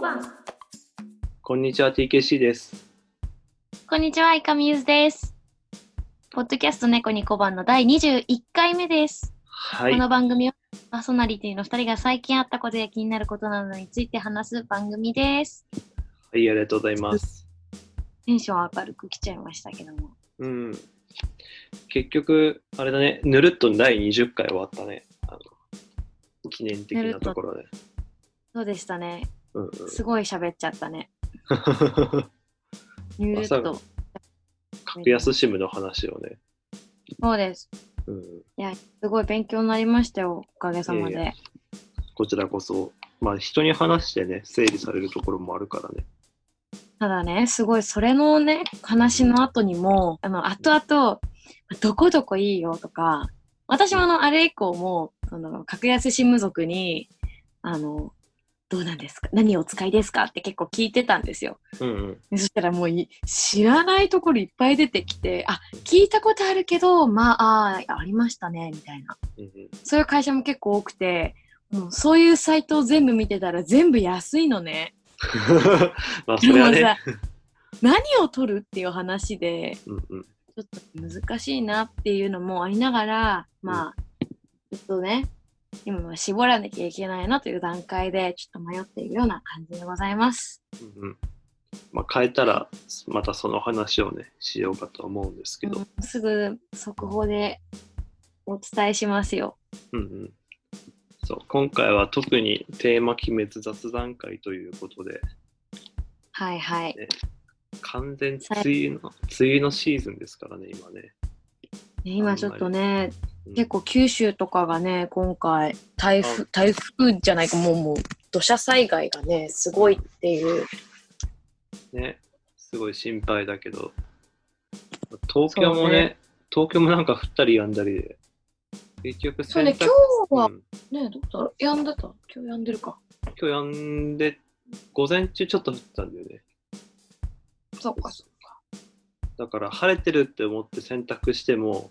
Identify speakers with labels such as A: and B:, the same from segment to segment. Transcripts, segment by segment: A: 番。
B: こんにちは、TKC です。
A: こんにちは、いかみゆずです。ポッドキャスト猫に小判の第21回目です。
B: はい
A: こ。の番組はパーソナリティの2人が最近あったことや気になることなどについて話す番組です。
B: はい、ありがとうございます。
A: テンション明るく来ちゃいましたけども。
B: うん。結局、あれだね、ぬるっと第20回終わったね。あの記念的なところで。
A: そうでしたね。
B: うん
A: すごい喋っちゃったね。
B: うん、
A: ゆるっ
B: ま
A: と。
B: 格安シムの話をね。
A: そうです。
B: うん、
A: いや、すごい勉強になりましたよ。おかげさま
B: いやい
A: で。
B: こちらこそ、まあ人に話してね、整理されるところもあるからね。
A: ただね、すごい、それのね、話の後にも、あの、後々、どこどこいいよとか、私もあの、あれ以降も、その、格安新無族に、あの、どうなんですか何をお使いですかって結構聞いてたんですよ。
B: うんうん。
A: でそしたらもうい知らないところいっぱい出てきて、あ、聞いたことあるけど、まあ、あーありましたね、みたいな。
B: うんうん
A: そういう会社も結構多くて、もうそういうサイトを全部見てたら全部安いのね。
B: まあそれは
A: も
B: ね。
A: うさ何を取るっていう話で、
B: うんうん
A: ちょっと難しいなっていうのもありながら、まあ、ちょっとね、今は絞らなきゃいけないなという段階で、ちょっと迷っているような感じでございます。
B: うんうんまあ変えたら、またその話をね、しようかとは思うんですけど。
A: うんすぐ速報でお伝えしますよ。
B: うんうん、そう今回は特にテーマ決めず雑談会ということで
A: はいはい。
B: 完全梅雨の梅雨のシーズンですからね今ね、
A: ね今ちょっとね、
B: うん
A: 結構九州とかがね、今回、台風
B: あ、
A: 台風じゃないか、もうもう、土砂災害がね、すごいっていう。
B: ねすごい心配だけど東京もね
A: そうね
B: 東京もなんか降ったりやんだりで結局
A: そうね、今日は
B: うん
A: ね、どうだろうやんでた今日やんでるか。
B: 今日やんで午前中ちょっと降ったんだよね
A: そっか、そっか。
B: だから晴れてるって思って洗濯しても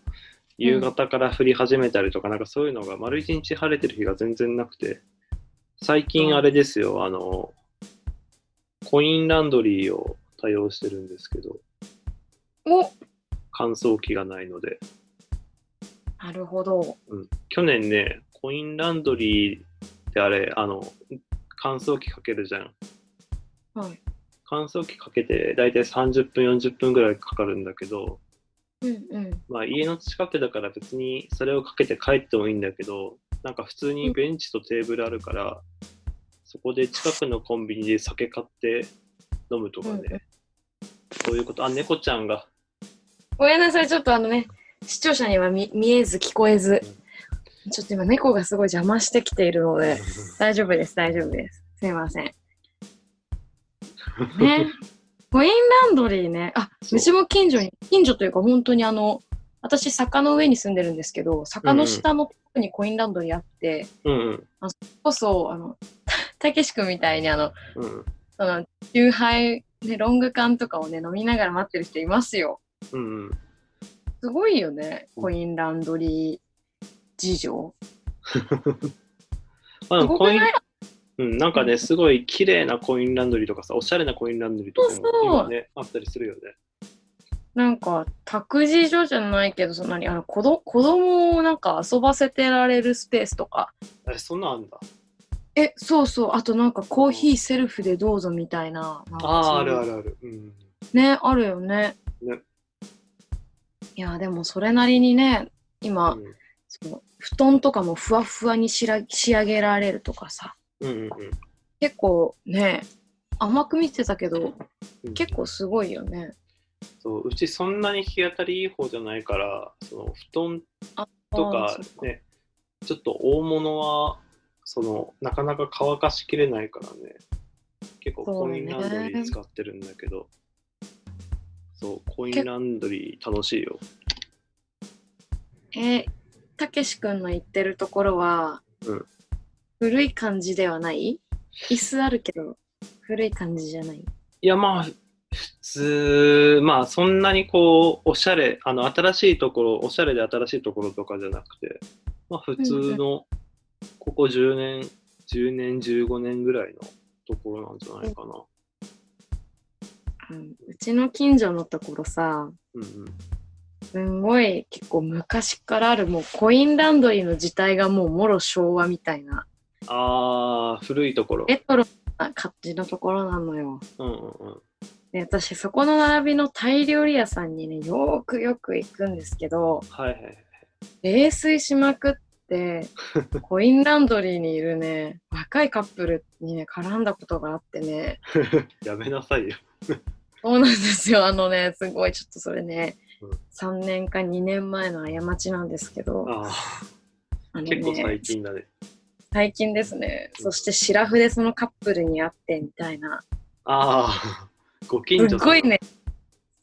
B: 夕方から降り始めたりとか、なんかそういうのが丸一日晴れてる日が全然なくて最近あれですよ、あのコインランドリーを多用してるんですけど
A: お
B: 乾燥機がないので
A: なるほど。
B: 去年ねコインランドリーってあれあの乾燥機かけるじゃん
A: はい。
B: 乾燥機かけて大体30分40分ぐらいかかるんだけど
A: うんうん。
B: まあ、家の近くだから別にそれをかけて帰ってもいいんだけどなんか普通にベンチとテーブルあるからそこで近くのコンビニで酒買って飲むとかね、
A: うん
B: そういうことあ猫ちゃんが
A: ごめんなさい、ちょっとあのね、視聴者には見見えず聞こえず、ちょっと今猫がすごい邪魔してきているので、大丈夫です、大丈夫です。すいま せん。ね。コインランドリーね。あ、
B: そう
A: うちも近所に、近所というか本当にあの、私坂の上に住んでるんですけど、坂の下のとこにコインランドリーあって、
B: うんうん
A: こそ、あの、たけし君みたいにあの、
B: うん
A: その、チューハイ、ね、ロング缶とかをね、飲みながら待ってる人いますよ。
B: うんうん
A: すごいよね、
B: うん
A: コインランドリー事情。
B: まあですも
A: ご
B: コ
A: く
B: イン
A: ない
B: うん、なんかね、すごい綺麗なコインランドリーとかさ、おしゃれなコインランドリーとか
A: そうそう
B: も今ね、あったりするよね。
A: なんか、託児所じゃないけど、そんなに、あの、子ど子供をなんか遊ばせてられるスペースとか、
B: あれ、そんなんあんだ。
A: え、そうそう。あとなんかコーヒーセルフでどうぞみたいな。なんか
B: ああー、
A: そう
B: あ
A: いう
B: るあるある。うん。
A: ね、あるよね。
B: ね
A: いや、でもそれなりにね、今、
B: うん
A: その布団とかもふわふわにしら仕上げられるとかさ。
B: うんうん
A: 結構ね、甘く見てたけど、
B: うん。
A: 結構すごいよね。
B: そううちそんなに日当たりいい方じゃないからその布団と
A: あ
B: か
A: ーそっ
B: ねちょっと大物はそのなかなか乾かしきれないからね結構
A: そう
B: コ
A: ね
B: インランドリー使ってるんだけどそう,、コインランドリー楽しいよ
A: え、たけし君の言ってるところは、
B: うん
A: 古い感じではない椅子あるけど、古い感じじゃない。
B: いやまあ普通まあそんなにこうおしゃれあの新しいところおしゃれで新しいところとかじゃなくてまあ普通のここ10年10年15年ぐらいのところなんじゃないかな。
A: うんうちの近所のところさ、
B: うんうん。
A: すんごい結構昔からあるもうコインランドリーの自体がもうもろ昭和みたいな
B: あー、古いところ。
A: レトロな感じのところなのよ。
B: うんうんうん。
A: で私そこの並びのタイ料理屋さんにねよーくよく行くんですけど
B: はいはいはい。
A: 冷水しまくってコインランドリーにいるね若いカップルにね絡んだことがあってね
B: やめなさいよ。
A: そうなんですよあのねすごいちょっとそれね、
B: うん
A: 3年か2年前の過ちなんですけど
B: あ
A: あの
B: ー、
A: ね
B: 結構最近だね。
A: 最近ですねそしてシラフでそのカップルに会ってみたいな
B: あー、ご近
A: す
B: 所
A: っ
B: さん
A: ごい。ね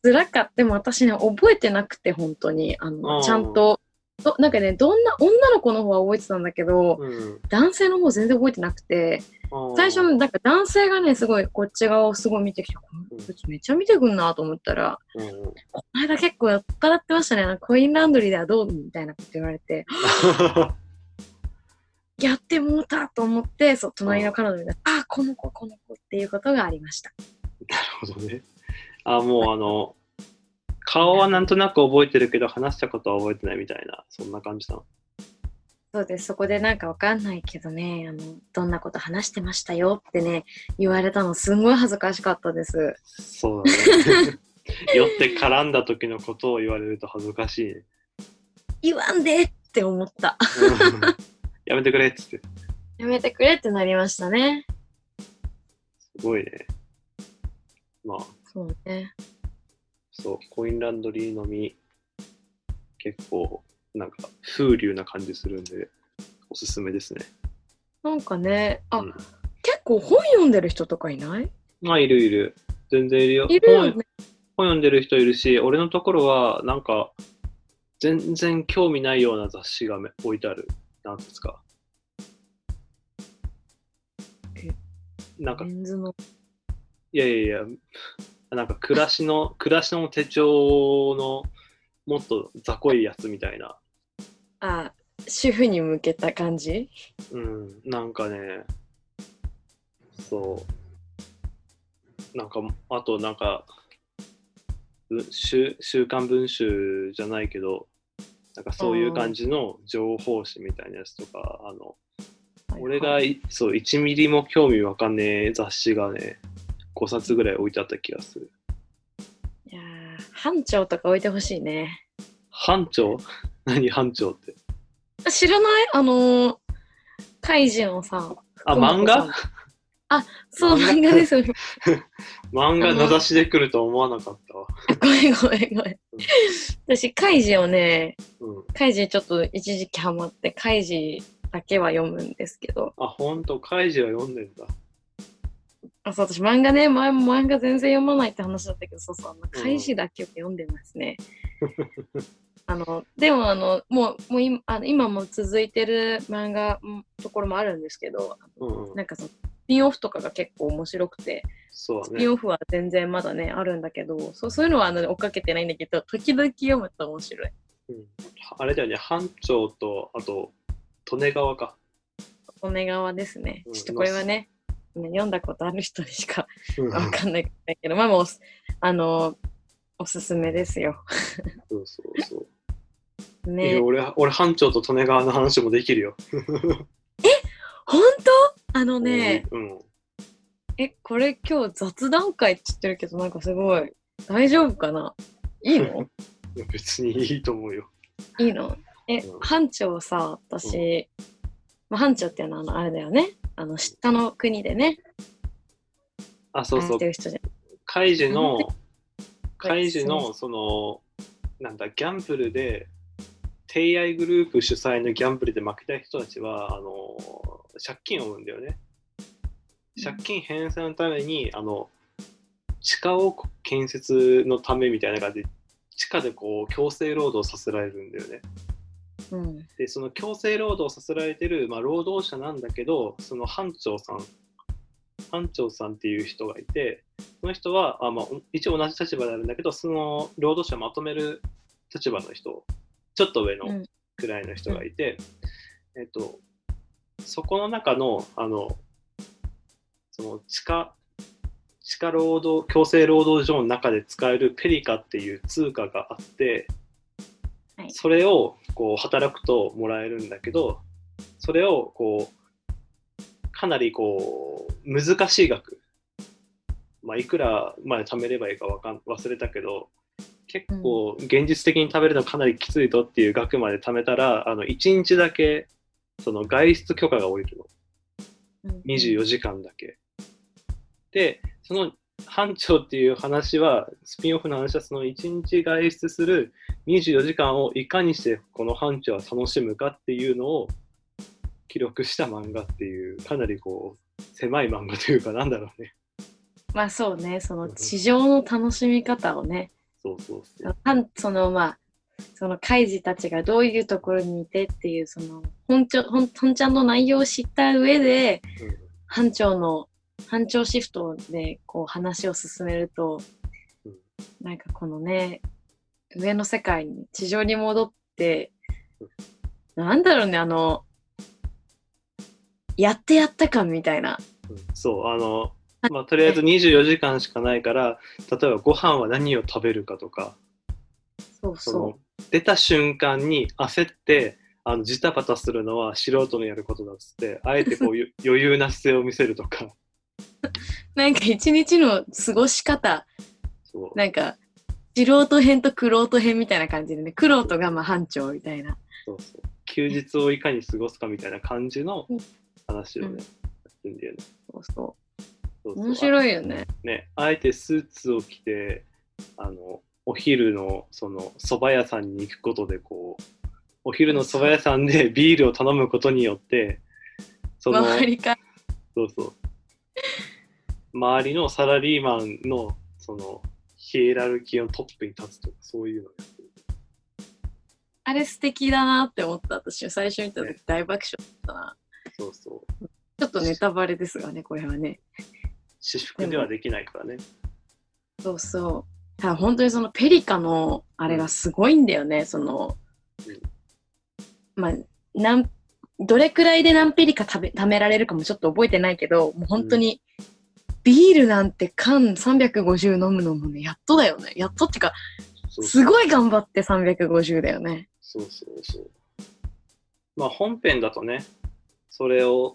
A: 辛かったでも私ね覚えてなくて本当にあ
B: あ
A: の
B: ー
A: ちゃんとどなんかねどんな女の子の方は覚えてたんだけど、
B: うん、
A: 男性の方全然覚えてなくて
B: あー
A: 最初なんか男性がねすごいこっち側をすごい見てきてこの人めっちゃ見てくんなと思ったら
B: うんうん、
A: この間結構酔っ払ってましたねなんかコインランドリーではどうみたいなこと言われてやってもうたと思ってそう隣の彼女がああこの子この子っていうことがありました
B: なるほどね。あ、もうあの、顔はなんとなく覚えてるけど、話したことは覚えてないみたいな、そんな感じなの。
A: そうですそこでなんかわかんないけどねあのどんなこと話してましたよってね言われたのすんごい恥ずかしかったです
B: そうだね。 酔って絡んだ時のことを言われると恥ずかしい ね。
A: 言わんでって思った
B: うんやめてくれっつって。
A: やめてくれってなりましたね
B: すごいね。まあ、
A: そうね
B: そう、コインランドリーのみ、結構、なんか、風流な感じするんで、おすすめですね。
A: なんかねあ、
B: うん
A: 結構本読んでる人とかいない
B: まあ、いるいる。全然いるよ。
A: いるよね。
B: 本読んでる人いるし、俺のところは、なんか、全然興味ないような雑誌がめ置いてある。なんですか
A: え。
B: なんか
A: メ、ンズの。
B: いやいやいや、なんか暮らしの、暮らしの手帳の、もっと雑魚いやつみたいな。
A: あ、主婦に向けた感じ
B: うん、なんかね、そう。なんか、あとなんか、う週週刊文集じゃないけど、なんかそういう感じの情報誌みたいなやつとか、あの、俺がいそう1ミリも興味わかんねえ雑誌がね、5冊ぐらい置いてあった気がする。
A: いやー班長とか置いてほしいね。
B: 班長何班長って。
A: 知らないあのー、カイジのさ。
B: あ、
A: 福本
B: 漫
A: さん
B: 画
A: そう、
B: 漫
A: 漫画です。
B: 漫画名指しで来ると思わなかったわ。
A: ごめんごめんごめん。私、カイジをね、
B: うん。
A: カイジちょっと一時期ハマって、カイジだけは読むんですけど。
B: あ、ほんと、カイジは読んでんだ。
A: あ、そう、私漫画ね、前も漫画全然読まないって話だったけど、そうそう、あの、
B: うん
A: 開始だけを読んでますね。 あの、でもあの、もう、もう今、あの今も続いてる漫画のところもあるんですけど、
B: うん、うん。
A: なんかその、スピンオフとかが結構面白くて、
B: そうだ
A: ス
B: ね。
A: ピンオフは全然まだね、あるんだけど、そうそういうのはあの追っかけてないんだけど、時々読むと面白い。
B: うんあれだよね、班長と、あと、利根川か。
A: 利根川ですね
B: う。ん
A: ちょっとこれはね、ね読んだことある人にしかわ
B: あ
A: かんないけど、まあもう、あの、おすすめですよ。
B: そうそうそう。いい
A: ね
B: よ。俺、俺、班長と利根川の話もできるよ。
A: 本当あのね、
B: うん。
A: え、これ今日雑談会って言ってるけど、なんかすごい、大丈夫かないいの
B: いや別にいいと思うよ。
A: いいのえ
B: うん、
A: 班長さ、私、まあ、班長っていうのはあの、あれだよね。あの、知ったの国でね、
B: あ、そう
A: 愛
B: そ
A: し
B: う
A: て。る人じゃん。
B: カイジの
A: なん、
B: カイジ
A: そ
B: の、その、なんだ、ギャンブルで、帝愛グループ主催のギャンブルで負けた人たちは、あの、借金を負うんだよね。借金返済のために、あの、地下を建設のためみたいな感じで、地下でこう、強制労働させられるんだよね。
A: うん。
B: でその強制労働をさせられてる、まあ、労働者なんだけどその班長さん班長さんっていう人がいてその人はあ、まあ、お一応同じ立場であるんだけどその労働者をまとめる立場の人ちょっと上
A: う
B: の
A: ん
B: くらいの人がいて、えっと、そこの中のあのその地下、地下労働、強制労働所の中で使えるペリカっていう通貨があって、
A: はい
B: それをこう働くともらえるんだけど、それをこう、かなりこう、難しい額。まあ、いくらまで貯めればいいかわかん忘れたけど、結構現実的に食べるのかなりきついとっていう額まで貯めたら、あの、1日だけ、その外出許可が下りるの。
A: うん
B: 24時間だけ。で、その班長っていう話は、スピンオフの話は、その1日外出する24時間をいかにしてこの班長は楽しむかっていうのを記録した漫画っていう、かなりこう、狭い漫画というか、なんだろうね。
A: まあそうね、その地上の楽しみ方をね、
B: そうそうそう。
A: はんそのまあ、そのカイジたちがどういうところにいてっていう、その本ちょ本本ちゃんの内容を知った上で、班長の、班長シフトでこう話を進めると、
B: うん
A: なんかこのね、上の世界に、地上に戻って、なんだろうね、あの、やってやった感みたいな。
B: うんうんそう、あの、まあ、とりあえず24時間しかないから、例えばご飯は何を食べるかとか、
A: そう
B: そ
A: そう。
B: の出た瞬間に焦ってあのジタバタするのは素人のやることだっつってあえて こうゆ余裕な姿勢を見せるとか
A: なんか一日の過ごし方、
B: そう
A: なんか、素人編と玄人編みたいな感じでね、玄人がまあ班長みたいな。
B: そうそう休日をいかに過ごすかみたいな感じの
A: うん
B: 話をね、
A: うん
B: やってんだよね。
A: そうそ
B: そう
A: う。
B: そう
A: 面白いよね。
B: ね、あえてスーツを着てあのお昼のその蕎麦屋さんに行くことでこうお昼の蕎麦屋さんでビールを頼むことによってその
A: 周りから。
B: そうそう。周りのサラリーマンの、その、ヒエラルキーのトップに立つとか、そういうのやってる。
A: あれ素敵だなって思った。私、最初見た時大爆笑だったな。
B: そうそう。
A: ちょっとネタバレですがね、これはね。
B: 私服ではできないからね。
A: そうそう。ただ本当にそのペリカのあれがすごいんだよね。その
B: うん、
A: まあ、なんどれくらいで何ペリカ食べ貯められるかもちょっと覚えてないけど、もう本当に、ビールなんて缶350飲むのもね、やっとだよね。やっとってか、
B: そうそう
A: すごい頑張って350だよね。
B: そうそうそう。まあ、本編だとね、それを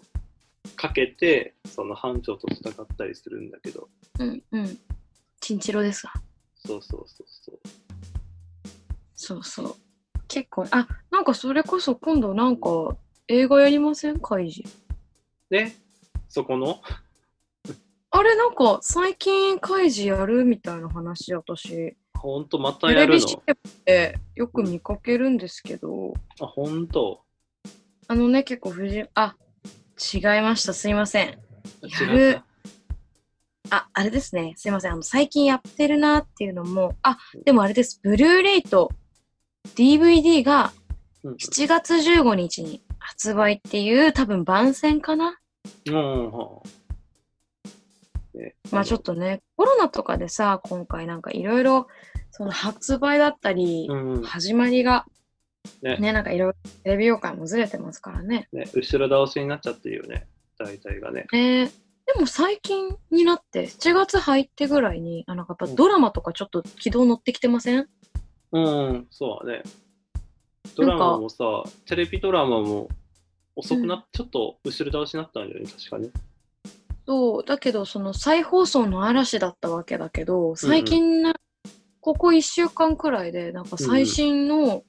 B: かけて、その班長と戦ったりするんだけど、
A: うんうん。チンチロですが。
B: そうそうそうそう。
A: そうそう。結構、あ、なんかそれこそ今度なんか映画やりませんカイジ。
B: で、そこの、
A: あれなんか最近カイジやるみたいな話私
B: ほんとまた
A: テ
B: や
A: レ
B: る
A: ビ
B: の
A: CM。でよく見かけるんですけど
B: あ、ほんと。
A: あのね結構藤あ違いましたすいませんやる
B: 違った
A: ああれですねすいませんあの最近やってるなっていうのもあでもあれですブルーレイと DVD が
B: うん
A: 7月15日に発売っていう多分番宣かな
B: うんうんうん。ね
A: まあちょっとねコロナとかでさ今回なんかいろいろその発売だったり、
B: うんうん
A: 始まりが、
B: ね
A: ね、なんかいろいろテレビ業界もずれてますからね。
B: ね、後ろ倒しになっちゃってるよね、大体がね。
A: えーでも最近になって、7月入ってぐらいに、あなんかやっぱドラマとかちょっと軌道乗ってきてません
B: うん、そうだね。ドラマもさ、テレビドラマも遅くなっ、ちょっと後ろ倒しになったんだよね、確かね。
A: そう、だけどその再放送の嵐だったわけだけど、最近な、ここ1週間くらいで、なんか最新の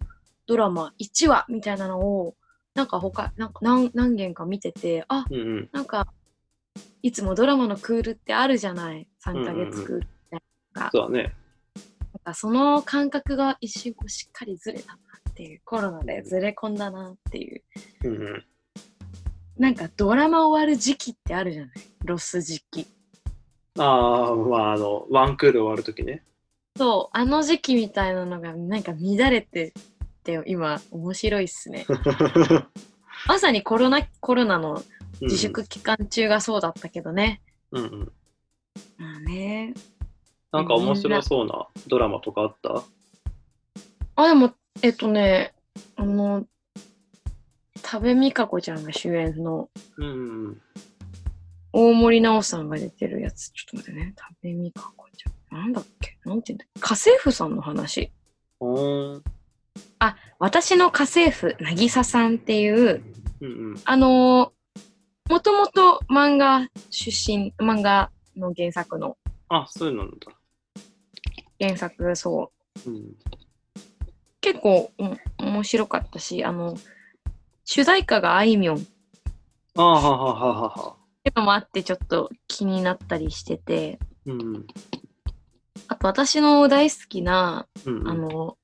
A: ドラマ1話みたいなのを、なんか他、なんか何何件か見てて、あ、
B: うんうん。
A: なんか、いつもドラマのクールってあるじゃない。3ヶ月クールみたいなのが
B: そうだね。
A: なんかその感覚が一瞬こうしっかりずれたなっていう、コロナでずれ込んだなっていう。
B: うんうん。
A: なんかドラマ終わる時期ってあるじゃないロス時期。
B: ああ、まあ、あの、ワンクール終わると きね。
A: そう、あの時期みたいなのがなんか乱れてて、今面白いっすね。まさにコロナ、コロナの自粛期間中がそうだったけどね。
B: うんうん。うんうん。
A: まあね。
B: なんか面白そうなドラマとかあった
A: あ、でも、えっとね、あの、多部未華子ちゃんが主演の
B: うんうん。
A: 大森直さんが出てるやつ、ちょっと待ってね。食べみかこちゃん。なんだっけなんて言うんだっけ家政婦さんの話。
B: おー
A: 私の家政婦、なぎささんっていう、
B: うんうん。
A: あのー、もともと漫画出身、漫画の原作の、
B: あ、そうなんだ。
A: 原作、そう、
B: うん。
A: 結構、うん面白かったし、あの、主題歌があいみょんっ
B: ああ、ははははは。
A: てのもあって、ちょっと気になったりしてて、
B: うんうん。
A: あと私の大好きな、
B: うんうん。
A: あの、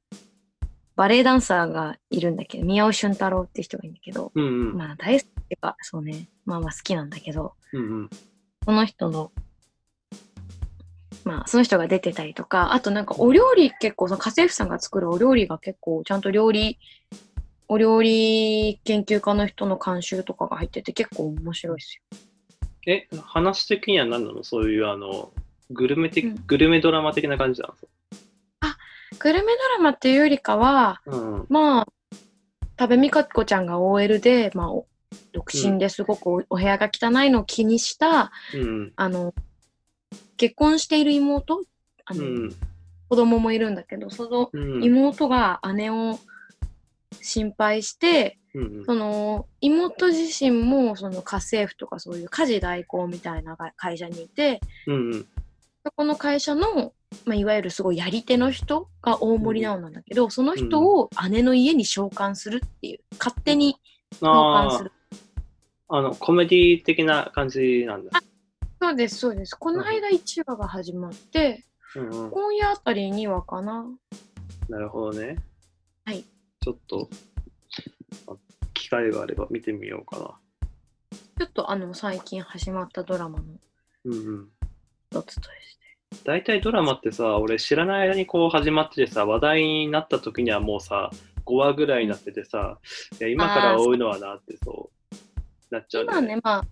A: バレエダンサーがいるんだけど、宮尾俊太郎って人がいるんだけど、
B: うんうん。
A: まあ大好きっていうか、そうね、まあまあ好きなんだけど、
B: うんうん。
A: その人の、まあその人が出てたりとか、あとなんかお料理結構、その家政婦さんが作るお料理が結構、ちゃんと料理、お料理研究家の人の監修とかが入ってて結構面白いですよ。
B: え、話的には何なのそういう、あの、グルメ的、
A: うん
B: グルメドラマ的な感じなの
A: グルメドラマっていうよりかは、
B: うんうん。
A: まあ、多部未華子ちゃんが OL で、まあ、お独身ですごくお,、お部屋が汚いのを気にした、
B: うん
A: あの、結婚している妹、あ
B: うん。う
A: の
B: ん
A: 子供もいるんだけど、その
B: うん。うん
A: 妹が姉を心配して、
B: うん。
A: その妹自身もその家政婦とかそういう家事代行みたいなが会社にいて、
B: うんうん。
A: そこの会社の、まあ、いわゆるすごいやり手の人が大森直なんだけど、その人を姉の家に召喚するっていう、勝手に召喚
B: あ
A: する。
B: あ、あの、コメディ的な感じなんだ。
A: そうです、そうです。この間1話が始まって、
B: うんうん。
A: 今夜あたり2話かな。
B: なるほどね。
A: はい。
B: ちょっと、あ機会があれば見てみようか
A: ちょっとあの、最近始まったドラマの
B: な。うんうん。
A: 一つとして。
B: 大体ドラマってさ俺知らない間にこう始まっててさ話題になった時にはもうさ5話ぐらいになっててさいや今から追うのはなってそうなっちゃう
A: 今ね、まあ、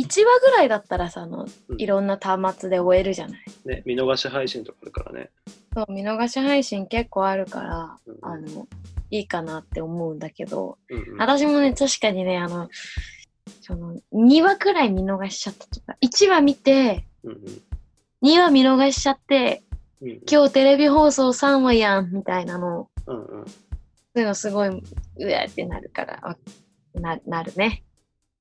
A: 1話ぐらいだったらさ、あの、
B: うん
A: いろんな端末で終えるじゃない。
B: ね見逃し配信とかあるからね
A: そう、見逃し配信結構あるから、
B: うん
A: あの、いいかなって思うんだけど、
B: うんうん
A: 私もね、確かにね、あの、その、2話くらい見逃しちゃったとか、1話見て、
B: うんうん
A: 2話見逃しちゃって、
B: うんうん
A: 今日テレビ放送3話やん、みたいなの、
B: うんうん
A: そういうのすごい、うわーってなるから、わな、なるね。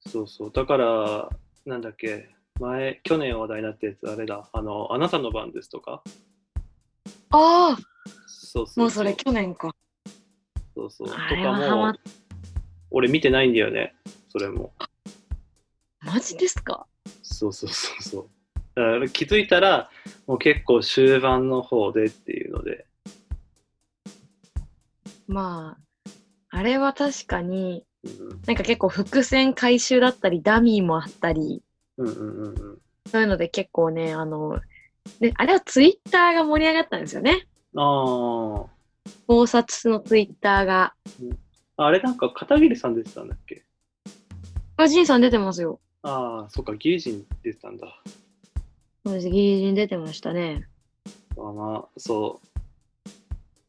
B: そうそうだからなんだっけ前去年話題になったやつあれだあの「あなたの番です」とか
A: ああ
B: そうそうそう
A: もうそれ去年か。
B: そうそうと
A: あれ
B: か
A: はハマ
B: も
A: っ
B: 俺見てないんだよねそれも
A: マジですか
B: そうそうそうそう。だから気づいたら、もう結構終盤の方でっていうので。
A: まあ、あれは確かに、
B: うん
A: なんか結構伏線回収だったり、ダミーもあったり、
B: うんうんうんうん。
A: そういうので結構ね、あの、ね、あれはツイッターが盛り上がったんですよね。
B: あ
A: 考察のツイッターが。
B: あ。あれなんか片桐さん出てたんだっけ
A: あ、ジンさん出てますよ。
B: ああ、そっか、ギージン出てたんだ。
A: そうですギリギリに出てましたね。
B: まあまあ、そう。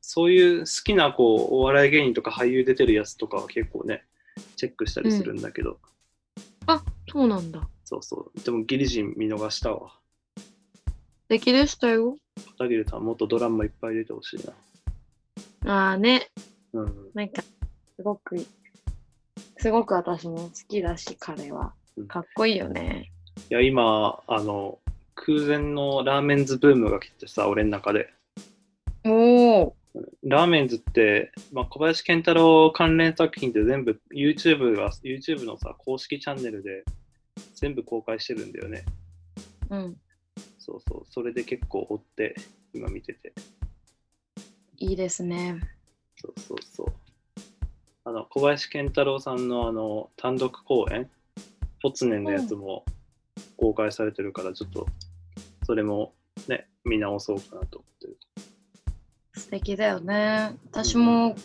B: そういう好きなこうお笑い芸人とか俳優出てるやつとかは結構ね、チェックしたりするんだけど、
A: そうなんだ。
B: そうそう。でもギリジン見逃したわ。
A: 素敵でしたよ。
B: 片桐さんもっとドラマいっぱい出てほしいな。
A: ああね、
B: うん。
A: なんか、すごく、すごく私も好きだし、彼は
B: うん。
A: かっこいいよね。
B: いや、今、あの、空前のラーメンズブームが来てさ、俺の中で。
A: おお。
B: ラーメンズって、まあ、小林健太郎関連作品って全部 YouTube が、YouTube のさ、公式チャンネルで全部公開してるんだよね。
A: うん。
B: そうそう。それで結構追って、今見てて。
A: いいですね。
B: そうそうそう。あの、小林健太郎さんのあの、単独公演、ポツネンのやつも公開されてるから、ちょっと、それもね、見直そうかなと思ってる。
A: 素敵だよね。私も、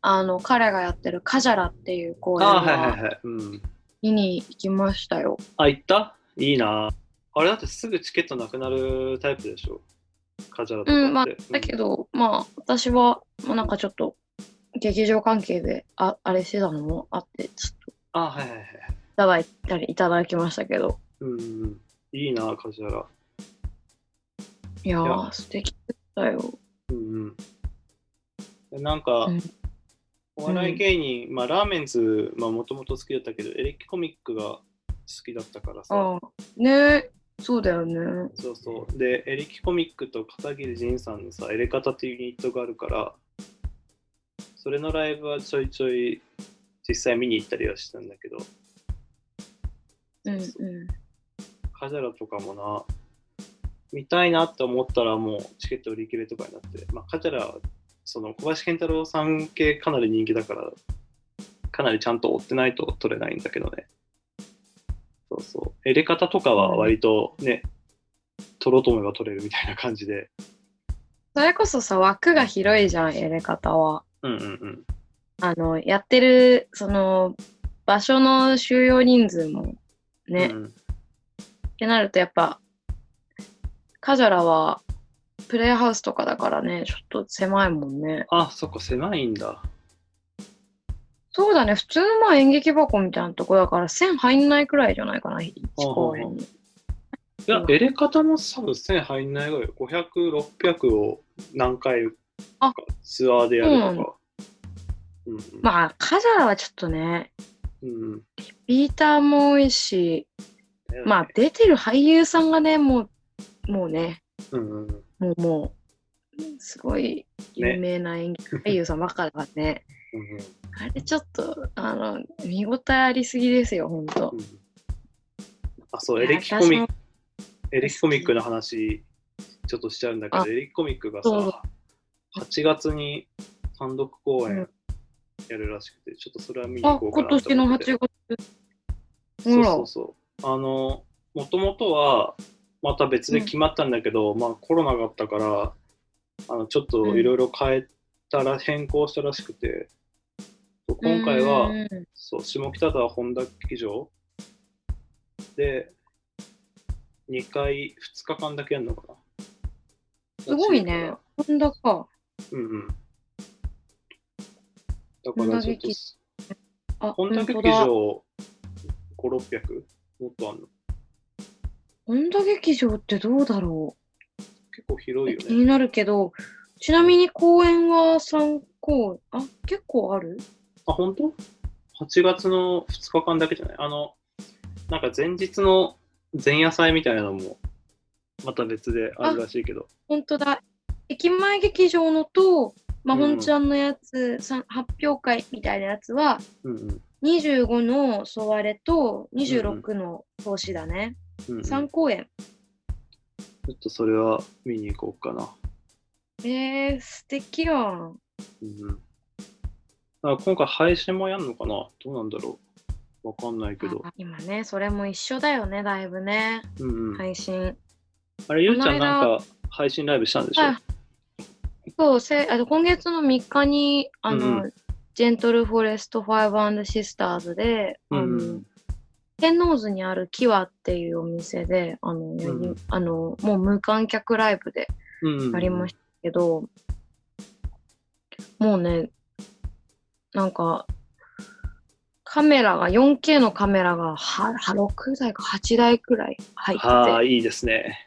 A: あの、彼がやってるカジャラっていう公演
B: ああ、はいはい
A: は
B: はい。うん。
A: 見に行きましたよ。
B: あ、行ったいいな。あれだってすぐチケットなくなるタイプでしょ。カジャラとかって。
A: うん、まあ、だけど、まあ、私は、まあ、なんかちょっと、劇場関係で、ああれしてたのもあって、ちょっと、
B: あ、はいはいはい。
A: いただいたりいただきましたけど、
B: うん。いいな、梶原。
A: いや
B: い
A: ー、素敵だよ。
B: うんうん。なんか、
A: うん
B: お笑い芸人、まあ、ラーメンズ、まあ、もともと好きだったけど、エレキコミックが好きだったからさ、
A: ああ、ねそうだよね。
B: そうそう。で、エレキコミックと片桐仁さんのさ、エレカタっていうユニットがあるから、それのライブはちょいちょい実際見に行ったりはしたんだけど、
A: うんう
B: カジャラとかもな、見たいなって思ったらもうチケット売り切れとかになって、まあ、カジャラ、その小林健太郎さん系かなり人気だから、かなりちゃんと追ってないと取れないんだけどね。そうそう。エレ方とかは割とね、取ろうと思えば取れるみたいな感じで。
A: それこそさ、枠が広いじゃん、やり方は。
B: うんうん
A: あの、やってる、その、場所の収容人数も
B: うん。
A: ね、
B: う
A: っ
B: ん
A: てなるとやっぱ、カジャラは、プレイハウスとかだからね、ちょっと狭いもんね。
B: あ、そっか、狭いんだ。
A: そうだね、普通のまあ演劇箱みたいなとこだから、1000入んないくらいじゃないかな、1公演に。
B: いや
A: う、ん
B: エレ方も多分1000入んないぐらい。500、600を何回か
A: あ
B: ツアーでやる
A: そうなん
B: とか。うんうん
A: まあ、カジャラはちょっとね、
B: うん
A: ビーターも多いし、
B: だよね
A: まあ、出てる俳優さんがね、もう、もうね、
B: うんうんうん
A: もう、もう、すごい有名な演技俳優さんばっかだからね、
B: うん
A: あれちょっと、あの、見応えありすぎですよ、ほんと
B: う。んあ、そう、エ
A: いや
B: レキコミ
A: 私も
B: エレキコミックの話、ちょっとしちゃうんだけど、
A: あ
B: エレキコミックが
A: どうぞ
B: さ、8月に単独公
A: う
B: 演
A: ん
B: やるらしくて、ちょっとそれは見に行
A: あ、
B: こうか
A: 今
B: なと思っ
A: 年
B: てて。
A: の8月。
B: そ
A: ほ
B: う
A: ら
B: そうそう。あの、もともとは、また別で決まったんだけど、まあコロナがあったから、あの、ちょっといろいろ変えたら、変更したらしくて、そう今回は
A: う、ん
B: そう、下北沢本田劇場で、2回、2日間だけやるのかな。
A: すごいね。ほんだか。
B: うんうん。だか
A: 本
B: ら
A: 田
B: ちょっと
A: 劇、あ、
B: 本田劇
A: ほんとだ
B: 場5、600? もっとあんの
A: 本田劇場ってどうだろ
B: 結構広
A: う
B: いよ
A: 気
B: ね。
A: になるけど、ちなみに公演は3公演、あ、結構ある
B: あ、本当 ?8 月の2日間だけじゃないあの、なんか前日の前夜祭みたいなのも、また別であるらしいけど。
A: 本当だ。駅前劇場のと、まあ、
B: うん
A: 本ちゃんのやつ、さん発表会みたいなやつは、
B: うんうん
A: 25のソワレと26の投資だね。
B: うんうん。ちょ
A: 3公演。
B: っとそれは見に行こうかな。
A: えー、素敵やん。
B: うんあ今回配信もやんのかなどうなんだろうわかんないけど。
A: あ今ね、それも一緒だよね、だいぶね。
B: うんうん
A: 配信。
B: あれ、ゆうち
A: こ
B: ゃ
A: の
B: ん
A: 間
B: なんか配信ライブしたんでしょ、
A: はいそう、せあの今月の3日に、あの、
B: うんう
A: ジェントルフォレストファイブアンドシスターズで、あの、
B: うんうん
A: 天王洲にあるキワっていうお店で、あの、やり
B: うん
A: あのもう無観客ライブで
B: うんうん
A: やりましたけど、もうね、なんか、カメラが、4K のカメラがはは6台か8台くらい入
B: は
A: っ
B: あ、
A: てて、
B: いいですね。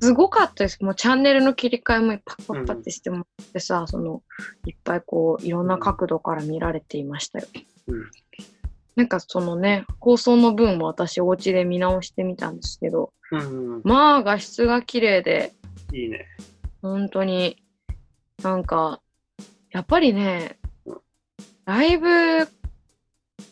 A: すごかったです。もうチャンネルの切り替えもパッパッパってしてもらってさ、その、いっぱいこう、いろんな角度から見られていましたよ。
B: うん
A: なんかそのね、放送の分も私お家で見直してみたんですけど、
B: うんうん、
A: まあ画質が綺麗で、
B: いいね。
A: 本当に、なんか、やっぱりね、ライブ、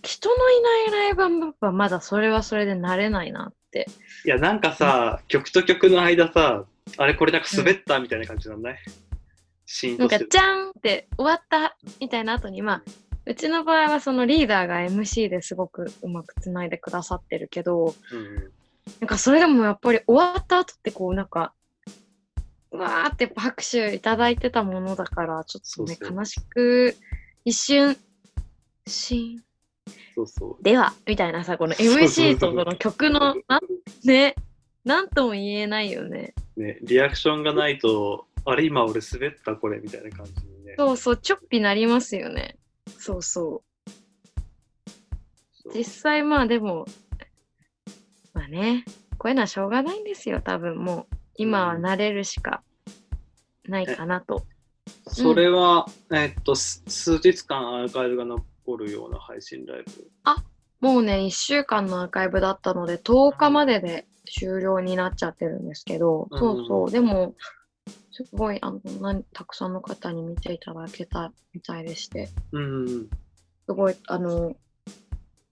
A: 人のいないライブはやっぱまだそれはそれで慣れないなって。
B: いや、なんかさ、曲と曲の間さ、あれこれなんか滑ったみたいな感じなんない、シーン
A: なん
B: と
A: か、
B: して
A: じ
B: る。
A: ゃんって終わったみたいな後に、まあ、うちの場合はそのリーダーが MC ですごくうまくつないでくださってるけど、
B: うんうん
A: なんかそれでもやっぱり終わった後ってこうなんか、うわーってやっぱ拍手いただいてたものだから、ちょっとね、
B: そうそう
A: 悲しく、一瞬、シーン
B: そうそう。
A: ではみたいなさこの
B: そうそうそう
A: MC とその曲のなんねなんとも言えないよね
B: ね、リアクションがないと、あれ今俺滑ったこれみたいな感じにね。
A: そうそうちょっぴなりますよねそうそう
B: そう
A: 実際まあでもまああね、こういうのはしょうがないんですよ、多分もう。今は慣れるしかないかなと。
B: それは、えっと、す数日間アーカイブが残るような配信ライブ。
A: もうね、1週間のアーカイブだったので、10日までで終了になっちゃってるんですけど、
B: うん
A: そうそう、でも、すごいあのなんたくさんの方に見ていただけたみたいでして、
B: うん。
A: すごい、あの、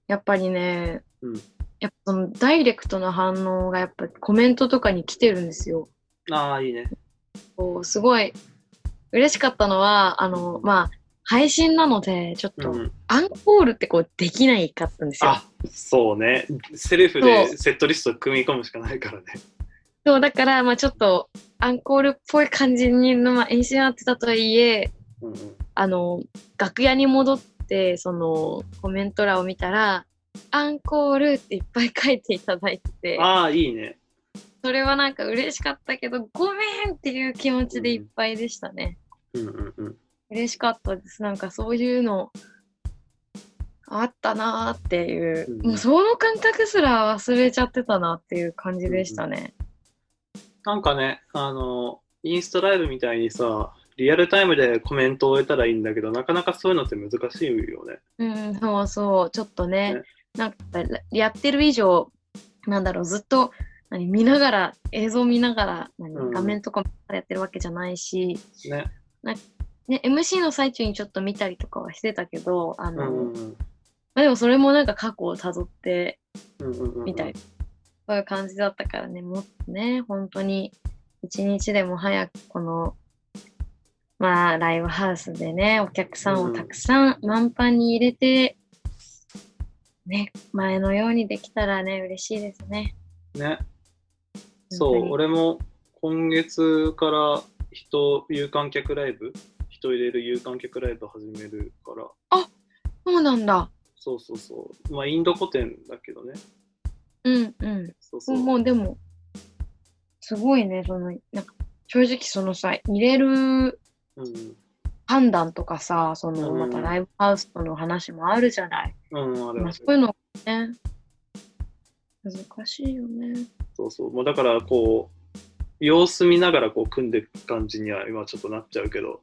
A: やっぱりね、
B: うん
A: やっぱそのダイレクトな反応がやっぱコメントとかに来てるんですよ。
B: ああ、いいね。
A: こうすごい嬉しかったのは、あの、まあ、配信なので、ちょっ
B: う
A: と
B: ん。
A: アンコールってこうできないかったんですよ。
B: あそうね。セルフ
A: そ
B: で
A: う
B: セットリスト組み込むしかないからね。
A: そう、だから、まあちょっと、アンコールっぽい感じに、まあ、演習になってたとはいえ、
B: うんうん。
A: あの、楽屋に戻って、その、コメント欄を見たら、アンコールっていっぱい書いていただいてて、
B: ああ、いいね。
A: それはなんか嬉しかったけど、ごめんっていう気持ちでいっぱいでしたね。
B: うんうんうん。
A: 嬉しかったです。なんかそういうの、あったなーっていう、
B: うん
A: もうその感覚すら忘れちゃってたなっていう感じでしたね。
B: なんかね、あの、インスタライブみたいにさ、リアルタイムでコメントを得たらいいんだけど、なかなかそういうのって難しいよね。
A: うん、そうそう、ちょっとね
B: ね、
A: なんかやってる以上、なんだろう、ずっと何見ながら、映像見ながら、何
B: うん
A: 画面とか見ながらやってるわけじゃないし、
B: ね。
A: ね、MC の最中にちょっと見たりとかはしてたけど、あ
B: う
A: の、
B: んうん
A: まあ、でもそれもなんか過去をたどって
B: うんうんうんうん。
A: みたいな、そういう感じだったからね、もっとね、本当に一日でも早くこの、まあ、ライブハウスでね、お客さんをたくさん満帆に入れて、ね、前のようにできたらね、嬉しいですね。
B: ね。そ
A: 本当
B: う、
A: に
B: 俺も今月から人、有観客ライブ、人入れる有観客ライブ始めるから、
A: そうなんだ。
B: そうそうそう。まあ、インド古典だけどね。
A: うんうん。
B: そうそう。
A: もうでも、すごいね、その、なんか、正直そのさ、入れる
B: うん、
A: 判断とかさ、その、
B: うん
A: またライブハウスとの話もあるじゃない。
B: うん、あれ
A: まあ、
B: は
A: そういうのね、難しいよね。
B: そうそう。まあ、だから、こう、様子見ながらこう組んでいく感じには今ちょっとなっちゃうけど、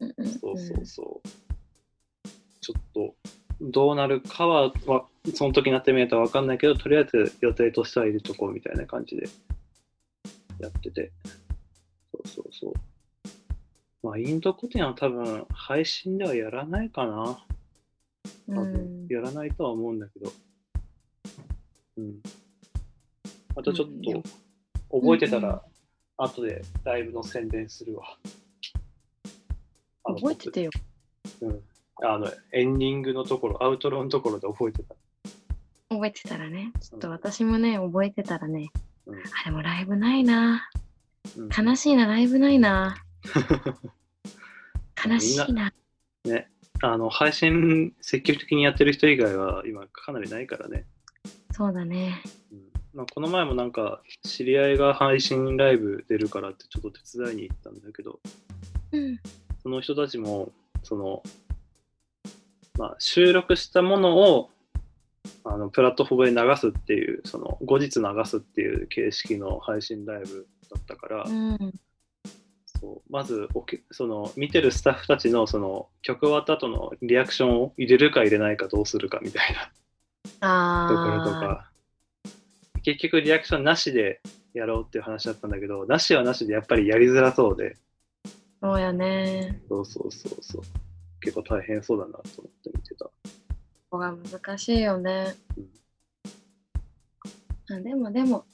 A: うんうん
B: そうそうそう。ちょっと、どうなるかは、わその時になってみないと分かんないけど、とりあえず予定としては入れとこうみたいな感じでやってて。そうそうそう。まあ、インド古典は多分、配信ではやらないかな。
A: う
B: 多
A: ん
B: 分、やらないとは思うんだけど。うん。またちょっ
A: うん
B: と、覚えてた
A: うんうん
B: ら、後でライブの宣伝するわ。あの
A: 覚えててよ。
B: うん、あのエンディングのところ、アウトロのところで覚えてた。
A: 覚えてたらね。ちょっと私もね、覚えてたらね。
B: うん
A: あ、でもライブないな。
B: うん
A: 悲しいな、ライブない な。悲しいな。
B: あの配信積極的にやってる人以外は今かなりないからね。
A: そうだね。
B: うんまあ、この前もなんか知り合いが配信ライブ出るからってちょっと手伝いに行ったんだけど、
A: うん。
B: その人たちもその、まあ、収録したものをあのプラットフォームで流すっていうその後日流すっていう形式の配信ライブだったから、
A: うん。
B: そうまずおけその見てるスタッフたちのその曲終わった後のリアクションを入れるか入れないかどうするかみたいなところと
A: あ
B: か結局リアクションなしでやろうっていう話だったんだけどなしはなしでやっぱりやりづらそうで
A: ー、そうよね。
B: そうそうそうそう結構大変そうだなと思って見てた
A: ここが難しいよね。あでもでも、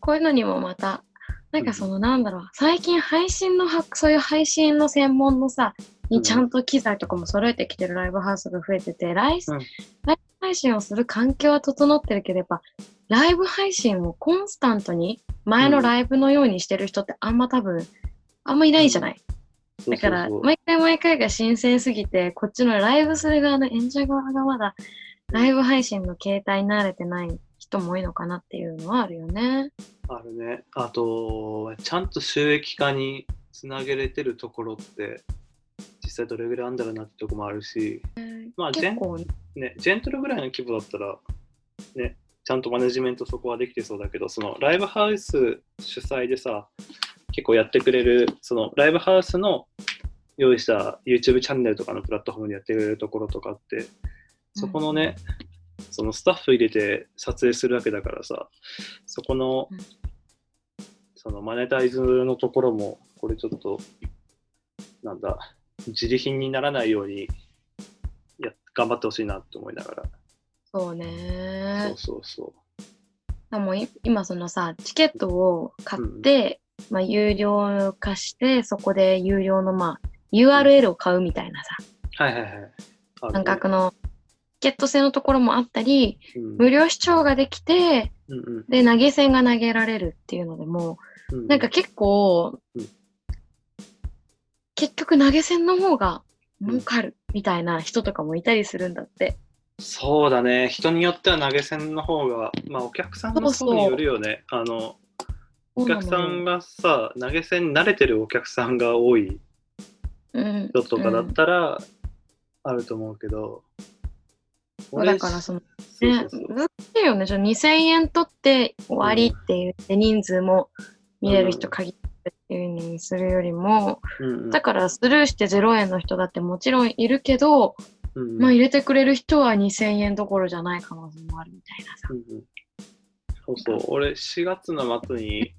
A: こういうのにもまた、なんかそのなんだろう、最近配信のは、そういう配信の専門のさ、
B: う
A: に
B: ん
A: ちゃんと機材とかも揃えてきてるライブハウスが増えてて、ライス
B: うん
A: ライブ配信をする環境は整ってるけど、やっぱライブ配信をコンスタントに前のライブのようにしてる人ってあんま多分、あんまいないじゃない。
B: そうそうそう
A: だから、毎回毎回が新鮮すぎて、こっちのライブする側の演者側がまだ、ライブ配信の携帯に慣れてない人も多いのかなっていうのはあるよね。
B: あるねあとちゃんと収益化につなげれてるところって実際どれぐらいあんだろうなってとこもあるしまあ
A: 結構、
B: ね、ジェントルぐらいの規模だったら、ね、ちゃんとマネジメントそこはできてそうだけど、そのライブハウス主催でさ、結構やってくれる、そのライブハウスの用意した YouTube チャンネルとかのプラットフォームでやってくれるところとかあって、そこのね、そのスタッフ入れて撮影するわけだからさ、そこの
A: うん、
B: そのマネタイズのところも、これちょっと、なんだ、自利品にならないように、や頑張ってほしいなって思いながら。
A: そう
B: そ
A: ね
B: うそうそ
A: でもい今そのさチケットを買って、まあ、有料化してそこで有料のまあ URL を買うみたいなさ
B: う。はいはいはい。あ
A: 感覚のチケット制のところもあったり
B: うん
A: 無料視聴ができて
B: うんうん
A: で投げ銭が投げられるっていうのでも
B: うん
A: なんか結構、
B: うん
A: 結局投げ銭の方が
B: ん
A: 儲かるみたいな人とかもいたりするんだって。
B: そうだね人によっては投げ銭の方がまあお客さんの
A: そうそ
B: 層
A: う
B: によるよねあのお客さんがさ投げ銭慣れてるお客さんが多い
A: うん
B: 人とかだったらあると思うけど、
A: そう
B: 俺
A: だからその
B: そうそ
A: ね
B: うそう、
A: 難しいよね。じゃあ2000円取って終わりっていう、で人数も見れる人限ってっていうのにするよりも、
B: うんうん
A: だからスルーして0円の人だってもちろんいるけど、
B: うんうん
A: まあ入れてくれる人は2000円どころじゃない可能性もあるみたいなさ。
B: うんうんそうそう俺4月の末に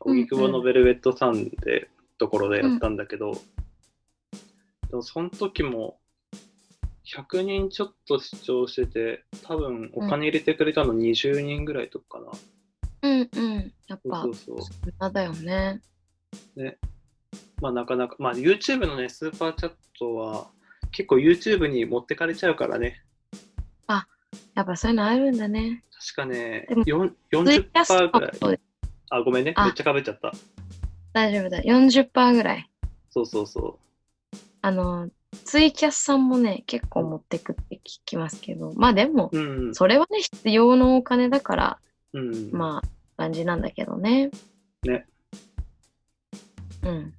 B: 荻窪のベルベットさんでところでやったんだけど、でもその時も100人ちょっと視聴してて多分お金入れてくれたの20人ぐらいとかかな、
A: うんうん。やっぱ
B: そ、うそうそう
A: そんなだよね。
B: まあなかなかまあ YouTube のねスーパーチャットは結構 YouTube に持ってかれちゃうからね
A: やっぱそういうのあるんだね。
B: 確かね
A: でも
B: よん
A: ツイキャス
B: 40%
A: と
B: ぐ
A: から
B: い
A: そう
B: あごめんね
A: あ
B: めっちゃかべちゃった
A: 大丈夫だ。40%ぐらい。
B: そうそうそう
A: あの、ツイキャスさんもね、結構持ってくって聞きますけど、まあでも、
B: うんうん
A: それはね、必要のお金だから、
B: うんうん
A: まあ、感じなんだけどね。
B: ね。
A: うん。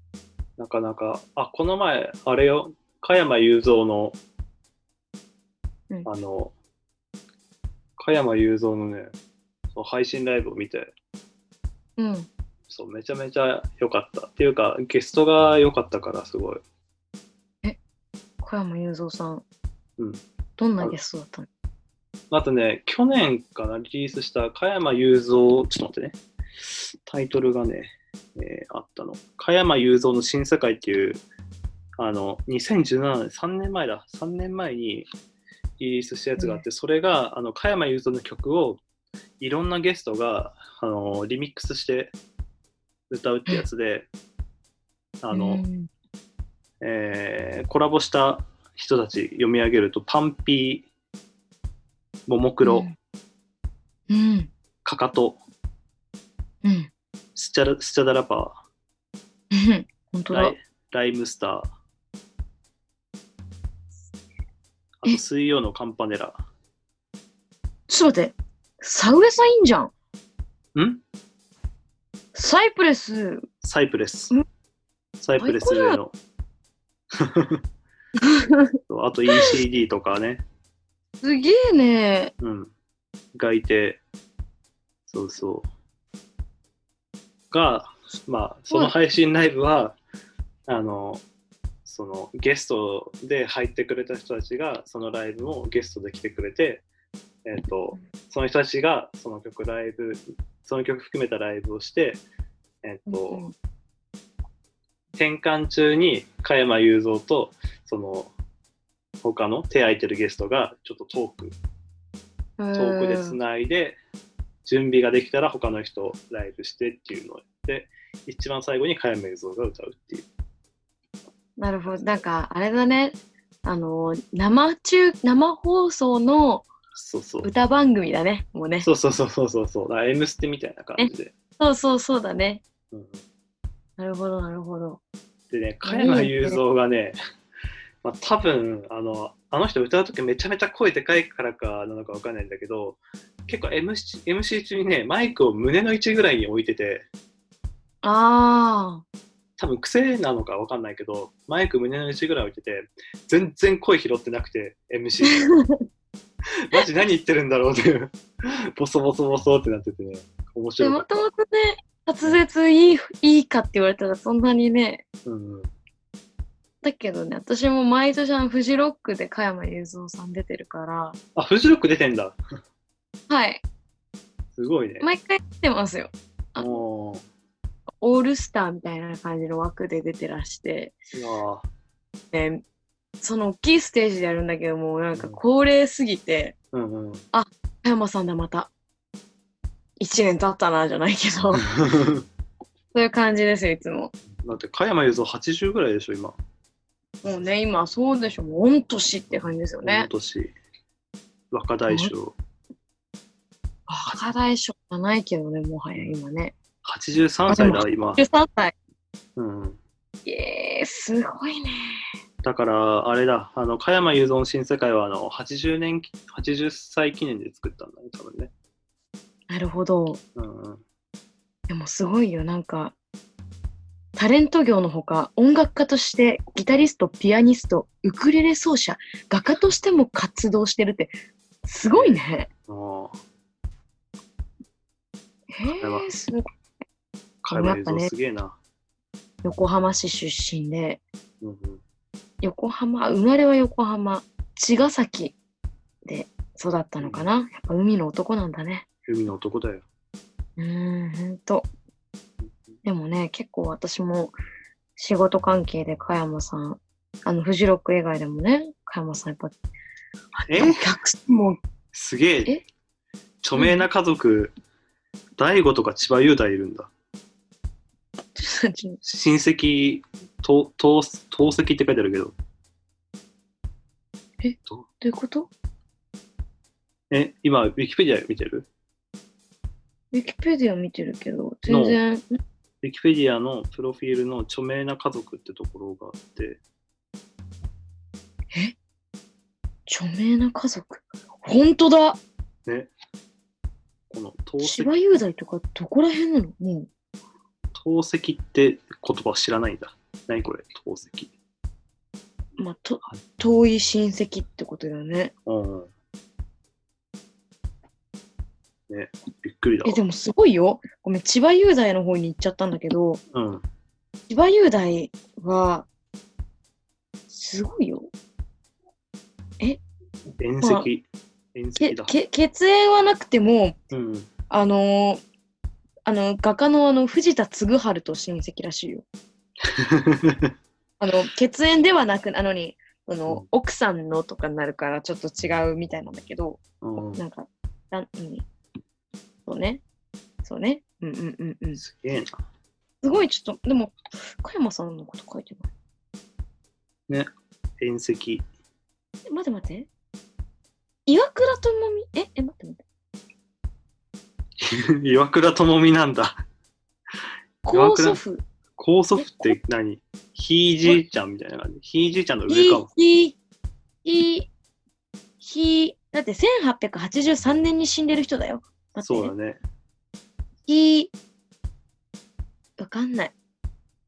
B: なかなか、あ、この前、あれよ、加山雄三の、
A: うん
B: あの、加山雄三のね、その配信ライブを見て、
A: うん。
B: そう、めちゃめちゃ良かった。っていうか、ゲストが良かったから、すごい。
A: 小山雄三さん。
B: うん。
A: どんなゲストだったの
B: あとね、去年からリリースした加山雄三、ちょっと待ってね、タイトルがね、えーあったの。加山雄三の新世界っていう、あの、2017年、3年前だ、3年前にリリースしたやつがあって、それが、あの、加山雄三の曲を、いろんなゲストが、あの、リミックスして歌うってやつで、あの、
A: うん
B: えーコラボした人たち読み上げると、パンピー、ももクロ、
A: うん。うん。
B: かかと、
A: うん。
B: スチャラスチャダラパ
A: うん本当
B: ー、
A: だ。
B: ライライムスター、あと
A: え
B: 水曜のカンパネラ。
A: ちょっと待って。サウエさんいいんじゃん。
B: ん
A: サイプレス。
B: サイプレス
A: ん。
B: サイプレス
A: 最
B: 上の。 あと ECD とかね。
A: すげえね。
B: うん。がいて、そうそう。が、まあ、その配信ライブは、あの、そのゲストで入ってくれた人たちが、そのライブをゲストで来てくれて、えっ、と、その人たちがその曲ライブ、その曲含めたライブをして、えっ、と、
A: うん
B: 転換中に加山雄三とその他の手空いてるゲストがちょっとトークトークでつないで準備ができたら他の人ライブしてっていうので一番最後に加山雄三が歌うっていう
A: なるほど。なんか、あれだね。あの、生中、生放送の
B: そうそう
A: 歌番組だね。もうね。
B: そうそうそうそうそうそうだから「M ステ」みたいな感じで、
A: そうそうそうだね。
B: うん
A: なるほど、なるほど。
B: でね加山雄三がねまあ多分あのあの人歌う時めちゃめちゃ声でかいからかなのかわかんないんだけど結構 MC, MC 中にねマイクを胸の位置ぐらいに置いてて
A: ああ。
B: 多分癖なのかわかんないけ どマイク胸の位置ぐらい置いてて全然声拾ってなくて MC がマジ何言ってるんだろうっていう、ボソボソボソってなっててね、面
A: で
B: 白か
A: も
B: っ
A: ともとね、滑舌いいいいかって言われたらそんなにね、
B: た。うんうん、
A: だけどね、私も毎年あのフジロックで加山雄三さん出てるから、
B: あ、フジロック出てんだ。
A: はい、
B: すごいね。
A: 毎回出てますよ。あ
B: も
A: オールスターみたいな感じの枠で出てらして、
B: う、いやー
A: ね、その大きいステージでやるんだけどもうなんか
B: うん
A: 恒例すぎて、
B: うん うん。
A: 加山さんだまた1年経ったなじゃないけ どそういう感じですよいつも
B: だって、加山雄三80ぐらいでしょ、今。
A: もうね今そうでしょもう御年って感じですよね
B: 今年。若大将。
A: 若大将じゃないけどねもはや今ね
B: 83歳だ、今。
A: 13歳
B: うんうん。
A: イエーイすごいね
B: だから、あれだ、あの、加山雄三新世界は、あの、80年、80歳記念で作ったんだね、多分ね。
A: なるほど
B: うんうん。
A: でもすごいよなんかタレント業のほか音楽家としてギタリストピアニストウクレレ奏者画家としても活動してるってすごいね
B: ああ、
A: へえすごい
B: 加山雄
A: やっぱ
B: 三
A: ね
B: すげえな。
A: 横浜市出身で
B: うんうん。
A: 横浜生まれは横浜茅ヶ崎で育ったのかな、やっぱ海の男なんだね
B: 海の男だよ。
A: うーんほんとでもね結構私も仕事関係で加山さんあのフジロック以外でもね加山さんやっぱ
B: え
A: お客さんも
B: すげえ。
A: え
B: 著名な家族、大悟とか千葉雄大いるんだ。親戚、と、と、透析って書いてあるけど。
A: え
B: と
A: どういうこと
B: え、今、ウィキペディア見てる
A: ウィキペディア見てるけど全然
B: ウィキペディアのプロフィールの著名な家族ってところがあって、
A: 著名な家族ほんとだ
B: この透
A: 千
B: 析
A: 葉雄大とかどこら辺なのもう
B: 透析って言葉知らないんだ。何これ、透析。
A: まあ、と
B: はい
A: 遠い親戚ってことだよね。
B: うん。ね、びっくりだ
A: え、
B: わ。
A: でもすごいよ。ごめん、千葉雄大の方に行っちゃったんだけど、
B: うん。
A: 千葉雄大は、すごいよ。
B: 遠
A: まあ
B: 赤。遠
A: け
B: 赤だ。
A: け血縁はなくても、
B: うん。
A: あのーあの、画家のあの、藤田嗣治と親戚らしいよ。あの、血縁ではなく、なのに、あの、
B: うん
A: 奥さんのとかになるからちょっと違うみたいなんだけど、
B: うん、
A: なんか、なん、うん。そうね。そうね。うんうんうんうん。
B: すげえな。
A: すごいちょっと、でも、加山さんのこと書いてない。
B: 遠赤。
A: え待って待って。岩倉ともみ、え、え、待って待って。
B: 岩倉智美なんだ。岩
A: 高
B: 倉
A: 祖父。
B: 高祖父って何ひいじいちゃんみたいな感じ。ひいじいちゃんの上かも。
A: ひ、ひ、ひ、ひ、だって1883年に死んでる人だよ。待っ
B: そう
A: て、
B: だ
A: ね。
B: ね。
A: ひ、わかんない。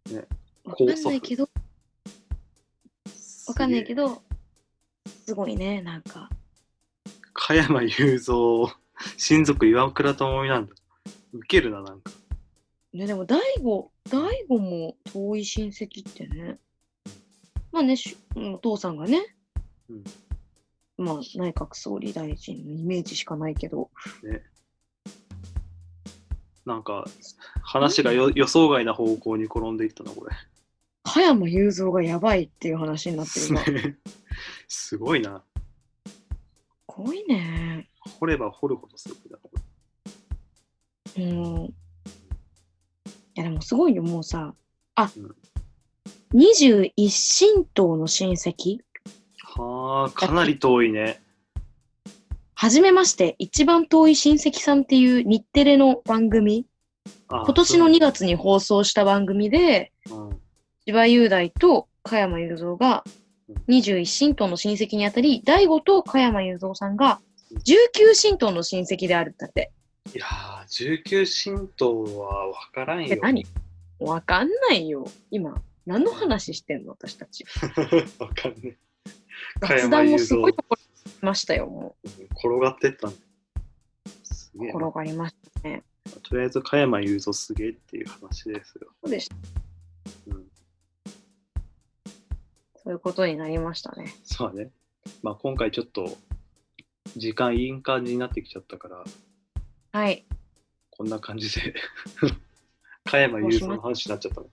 B: ね
A: わかんないけど、わかんないけ
B: ど。
A: ど、すごいね、なんか。
B: 加山雄三、親族岩倉智美なんだ。ウケるな、なんか。
A: ね、でも、大悟、大悟も遠い親戚ってね。まあね、しうんお父さんがね、
B: うん
A: まあ、内閣総理大臣のイメージしかないけど、
B: なんか、話がよ予想外な方向に転んでいったな、これ。
A: 加山雄三がやばいっていう話になってる今。す
B: ね すごいな。
A: ごいね。
B: 掘れば掘るほどすごいな。これ
A: うん。いや、でもすごいよ、もうさ。あ、
B: うん
A: 21神道の親戚
B: はあ、かなり遠いね。
A: はじめまして、一番遠い親戚さんっていう日テレの番組、
B: あ
A: 今年の2月に放送した番組で、
B: そう
A: 千葉雄大と加山雄三が21神道の親戚にあたり、大悟と加山雄三さんが19神道の親戚であるんだって。
B: うんいやー、19神道は分からん
A: え、
B: よ。
A: 何わかんないよ。今、何の話してんの私たち。
B: 分かんねえ。加
A: 雑
B: 山
A: 談
B: 雄
A: もす
B: 三
A: ごいところ。ましたよ、も
B: 転がってったんす
A: う。
B: げえな。
A: 転がりましたね。
B: とりあえず加山雄三すげえっていう話ですよ。
A: そうでした。
B: うん、
A: そういうことになりましたね。
B: そうだね。まあ今回ちょっと時間いい感じになってきちゃったから、
A: はい。
B: こんな感じで 加山雄三の話になっちゃったね。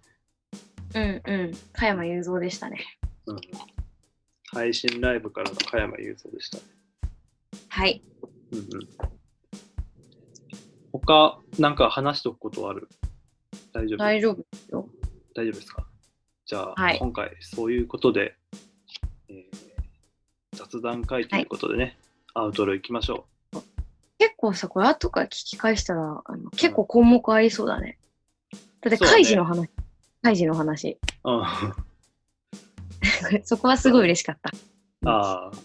A: うんうん。加山雄三でしたね。
B: うん、配信ライブからの加山雄三でした。
A: はい。
B: うんうん、他、なんか話しておくことはある大丈夫
A: 大丈夫。
B: 大丈夫ですかじゃあ、
A: はい
B: 今回そういうことで、えー雑談会ということでね、アウトロ行きましょ
A: 結構さ、これ後から聞き返したら、あの結構項目合いそうだね。だって、
B: そうだ
A: カ
B: ね
A: イジの話。カイジの話。
B: う。あ
A: そこはすごい嬉しかった。
B: あー、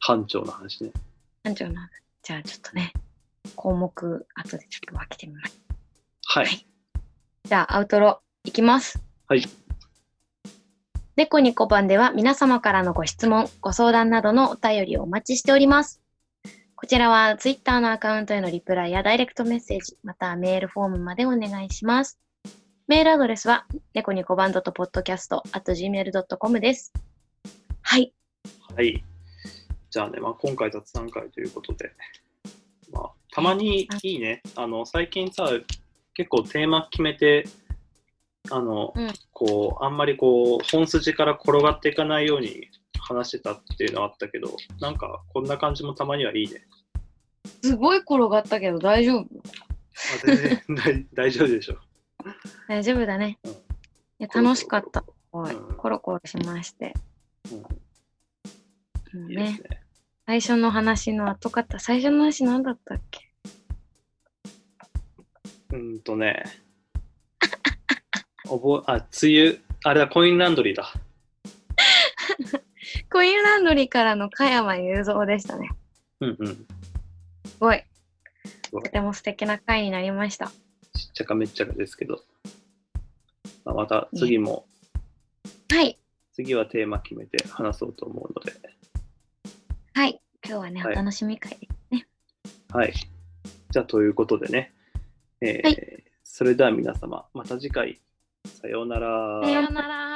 B: 班長の話ね。
A: 班長の話。じゃあ、ちょっとね、項目、後でちょっと分けてみます。
B: はい。
A: はいじゃあ、アウトロ、いきます。
B: はい。
A: 猫にこばんでは皆様からのご質問、ご相談などのお便りをお待ちしております。こちらは Twitter のアカウントへのリプライやダイレクトメッセージ、またはメールフォームまでお願いします。メールアドレスは、猫にこばん .podcast.gmail.com です。はい。
B: はい。じゃあね、まあ、今回雑談会ということで、まあ、たまにいいね、あの最近さ、結構テーマ決めて、あの、
A: うん
B: こう、あんまりこう、本筋から転がっていかないように話してたっていうのはあったけど、なんか、こんな感じもたまにはいいね。
A: すごい転がったけど大丈夫
B: まあ、全 然大大丈夫でしょ。
A: 大丈夫だね。
B: うん
A: いや楽しかった。すごい
B: うん
A: コロコロしまして。
B: うん
A: もう
B: いいです
A: ね、
B: ね。
A: 最初の話の後方、最初の話何だったっけ
B: うーんとね、 おぼあ、梅雨、あれだ、コインランドリーだ。
A: コインランドリーからの加山雄三でしたね。
B: うんうん。
A: すごい。
B: ごい
A: とても素敵な回になりました。
B: ちっちゃかめっちゃかですけど、まあ、また次も、
A: はい。
B: 次はテーマ決めて話そうと思うので、
A: はい。今日はね、
B: はい
A: お楽しみ会ですね。
B: はい。じゃあ、ということでね、えー
A: は
B: それでは皆様、また次回、さようなら。
A: さようなら。